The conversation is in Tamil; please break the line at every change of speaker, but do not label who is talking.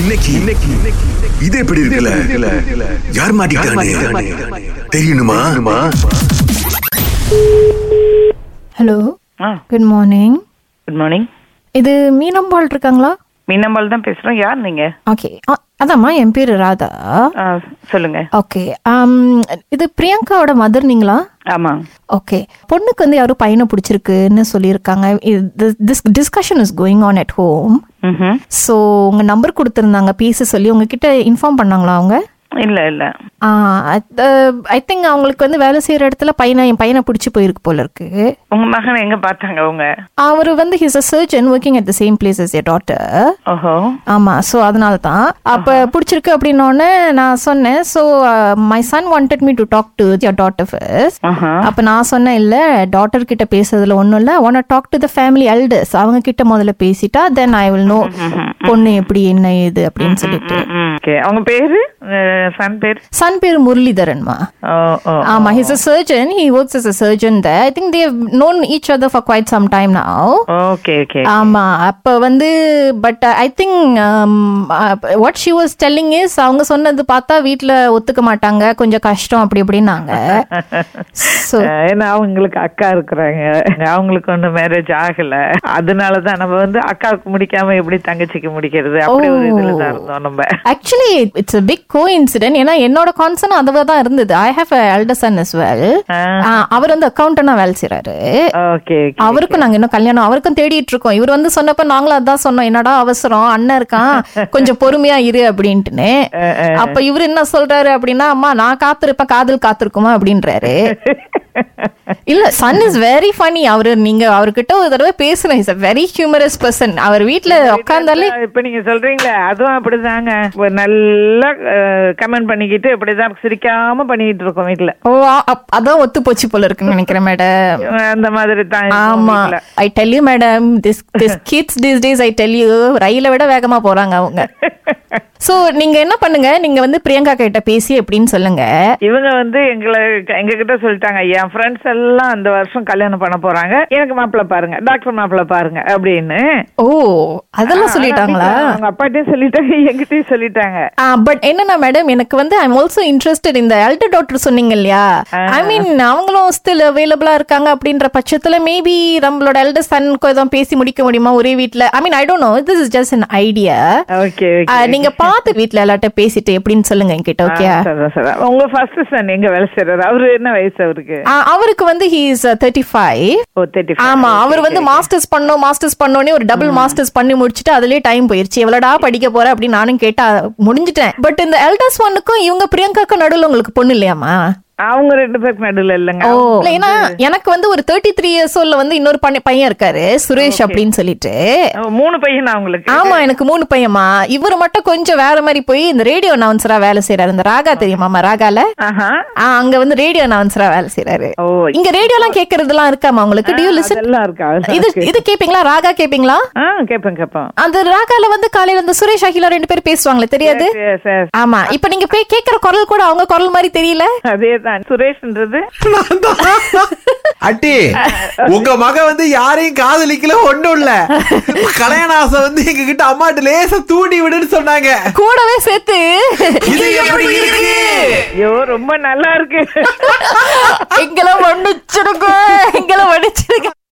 இன்னைக்கு இன்னைக்கு இது எப்படி இருக்குல்ல யார் மாட்டிக்கிட்டானே தெரியணுமா
ஹலோ
ஆ
குட் மார்னிங்
குட் மார்னிங்
இது மீனம்பாள் இருக்காங்களா
மீனம்பாள் தான் பேசுறோம் யார் நீங்க
ஓகே அதாம்மா என் பேர் ராதா
ஆ, சொல்லுங்க
ஓகே ஆம், இது பிரியங்காவோட மதர் நீங்களா
ஆமா
ஓகே பொண்ணுக்கு வந்து யாரும் பையனை பிடிச்சிருக்குன்னு சொல்லியிருக்காங்க this discussion is going on at home
hmm
so உங்கள் நம்பர் கொடுத்துருந்தாங்க பேச சொல்லி உங்ககிட்ட இன்ஃபார்ம் பண்ணாங்களா அவங்க
இல்ல இல்ல
ஐ திங்க் அவங்களுக்கு வந்து வேலை செய்கிற இடத்துல பையனை என் பையனை பிடிச்சி போயிருக்கு போல இருக்கு
உங்க மகனை எங்க பார்த்தாங்க அவங்க
அவர் வந்து his a surgeon working at the same place as your daughter
ஓஹோ
ஆமா ஸோ அதனால தான் அப்போ பிடிச்சிருக்கு அப்படின்னோடனே நான் சொன்னேன் uh, so my son wanted me to talk to your daughter first
ஆஹா
அப்போ நான் சொன்னேன் இல்லை டாட்டர் கிட்ட பேசுறதுல ஒன்றும் இல்லை one talk to the family elders அவங்க கிட்ட முதல்ல பேசிட்டா தென் ஐ வில் நோ பொண்ணு எப்படி என்ன ஏது அப்படின்னு சொல்லிட்டு
ஓகே அவங்க பேரு சன் பேர்
சன் பேர் முரளிதரன்மா
ஓ ஓ
ஆமா his a surgeon he works as a surgeon there I think they've known each other for quite some time now
okay okay
ஆமா அப்ப வந்து uh, but I think what she was telling is அவங்க சொன்னது பார்த்தா வீட்ல ஒத்துக்க மாட்டாங்க கொஞ்சம் கஷ்டம் அப்படி இப்படின்னாங்க ஸோ
ஏன்னா அவங்களுக்கு அக்கா இருக்கிறாங்க அவங்களுக்கு ஒன்றும் மேரேஜ் ஆகல அதனாலதான் நம்ம வந்து அக்காவுக்கு முடிக்காம எப்படி தங்கச்சிக்கு முடிக்கிறது அப்படி ஒரு இதுல தான் இருந்தோம் நம்ம
actually it's a big go incident ஏன்னா என்னோட கான்சர்ன் அதுவாக தான் இருந்தது I have elder son as well அவர் வந்து அக்கௌண்டனா வேலை செய்றாரு
ஓகே
அவருக்கும் நாங்க இன்னும் கல்யாணம் அவருக்கும் தேடிட்டு இருக்கோம் இவர் வந்து சொன்னப்ப நாங்களும் அதான் சொன்னோம் என்னடா அவசரம் அண்ணன் இருக்கான் கொஞ்சம் பொறுமையா இரு அப்படின்ட்டுன்னு அப்ப இவர் என்ன சொல்றாரு அப்படின்னா அம்மா நான் காத்திருப்பேன் காதல் காத்திருக்குமா அப்படின்றாரு இல்ல சன் இஸ் வெரி ஃபனி அவரு நீங்க அவர்கிட்ட ஒரு தடவை பேசுறேன் is a very humorous person அவர் வீட்ல உட்கார்ந்தாலே
இப்ப நீங்க சொல்றீங்களே அதுவும் அப்படிதாங்க இப்ப நல்லா கமெண்ட் பண்ணிக்கிட்டு இப்படிதான் சிரிக்காம பண்ணிக்கிட்டு இருக்கோம் வீட்டுல
ஓ அ- அப்- அதான் ஒத்து போச்சு போல இருக்குன்னு நினைக்கிறேன் மேடம்
அந்த மாதிரி தான் இருக்கோம்
ஆமா
வீட்ல.
I tell you madam this this kids this days I tell you ரயில விட வேகமா போறாங்க அவங்க சோ நீங்க என்ன பண்ணுங்க நீங்க வந்து பிரியங்கா கிட்ட பேசி எப்படின்னு சொல்லுங்க
இவங்க வந்து எங்களை எங்க கிட்ட சொல்லிட்டாங்க என் ஃப்ரெண்ட்ஸ் எல்லாம் அந்த வருஷம் கல்யாணம் பண்ண போறாங்க எனக்கு மாப்பிள்ள பாருங்க டாக்டர் மாப்பிள்ள பாருங்க அப்படின்னு
ஓ அதெல்லாம் சொல்லிட்டாங்களா
அவங்க அப்பாட்டையும் சொல்லிட்டாங்க என்கிட்டயும் சொல்லிட்டாங்க
பட் என்னன்னா மேடம் எனக்கு வந்து ஐம் ஆல்சோ இன்ட்ரெஸ்டட் இந்த அல்டர் டாக்டர் சொன்னீங்க இல்லையா ஐ மீன் அவங்களும் ஸ்டில் அவைலபிளா இருக்காங்க அப்படின்ற பட்சத்துல மேபி நம்மளோட எல்டர் சன்னுக்கு எதுவும் பேசி முடிக்க முடியுமா ஒரே வீட்ல I mean I don't know this is just an idea
okay
நீங்க பார்த்து வீட்ல எல்லார்ட்ட பேசிட்டு எப்படின்னு சொல்லுங்க என்கிட்ட ஓகே
உங்க ஃபர்ஸ்ட் சன் எங்க வேலை செய்யறாரு அவரு என்ன வயசு அவருக்கு
ஆ, அவருக்கு வந்து he is thirty five
O thirty
ஆமா அவர் வந்து மாஸ்டர்ஸ் பண்ணோம் மாஸ்டர்ஸ் பண்ணோனே ஒரு டபுள் மாஸ்டர்ஸ் பண்ணி முடிச்சுட்டு அதுலயே டைம் போயிருச்சு எவ்வளோடா படிக்க போற அப்படின்னு நானும் கேட்டா முடிஞ்சிட்டேன் பட் இந்த எல்டர்ஸ் ஒன்னுக்கும் இவங்க பிரியங்காக்கும் நடுவுல உங்களுக்கு பொண்ணு இல்லையாமா
அவங்க ரெண்டு பேருக்கு நடுவுல இல்லைங்க
இல்ல, ஏன்னா எனக்கு வந்து ஒரு தேர்ட்டி த்ரீ இயர்ஸ் ஓல்ல வந்து இன்னொரு பண்ண- பையன் இருக்காரு சுரேஷ் அப்படின்னு சொல்லிட்டு
ஓ, மூணு பையனா அவங்களுக்கு
ஆமா எனக்கு மூணு பையன்மா இவரு மட்டும் கொஞ்சம் வேற மாதிரி போய் இந்த ரேடியோ அனௌன்சரா வேலை செய்யறாரு இந்த ராகா தெரியுமாமா ராகால
ஆஹா
ஆ, அங்க வந்து ரேடியோ அனௌன்சரா வேலை செய்யறாரு
ஓ
இங்க ரேடியோ எல்லாம் கேக்குறதெல்லாம் இருக்காமா உங்களுக்கு டியூ லிசன்
அதெல்லாம் இருக்கா
இது இது கேப்பீங்களா ராகா கேப்பீங்களா
ஆ கேப்பேன் கேப்பேன்
அந்த ராகால வந்து காலையில இந்த சுரேஷ் அகிலா ரெண்டு பேரும் பேசுவாங்களே தெரியாது
Yes, yes.
ஆமா இப்ப நீங்க போய் கேக்குற குரல் கூட அவங்க குரல் மாதிரி தெரியல
அதேதான் சுரேஷ்ன்றது
அட்டி உங்க மகன் வந்து யாரையும் காதலிக்கல ஒண்ணும் இல்ல கல்யாண ஆசை வந்து எங்க கிட்ட அம்மாட்ட லேசா தூண்டி விடுன்னு சொன்னாங்க
கூடவே சேர்த்து
இது எப்படி இருக்கு
ஐயோ ரொம்ப நல்லா இருக்கு
எங்களை மன்னிச்சிருக்கோம் எங்களை மன்னிச்சிருக்க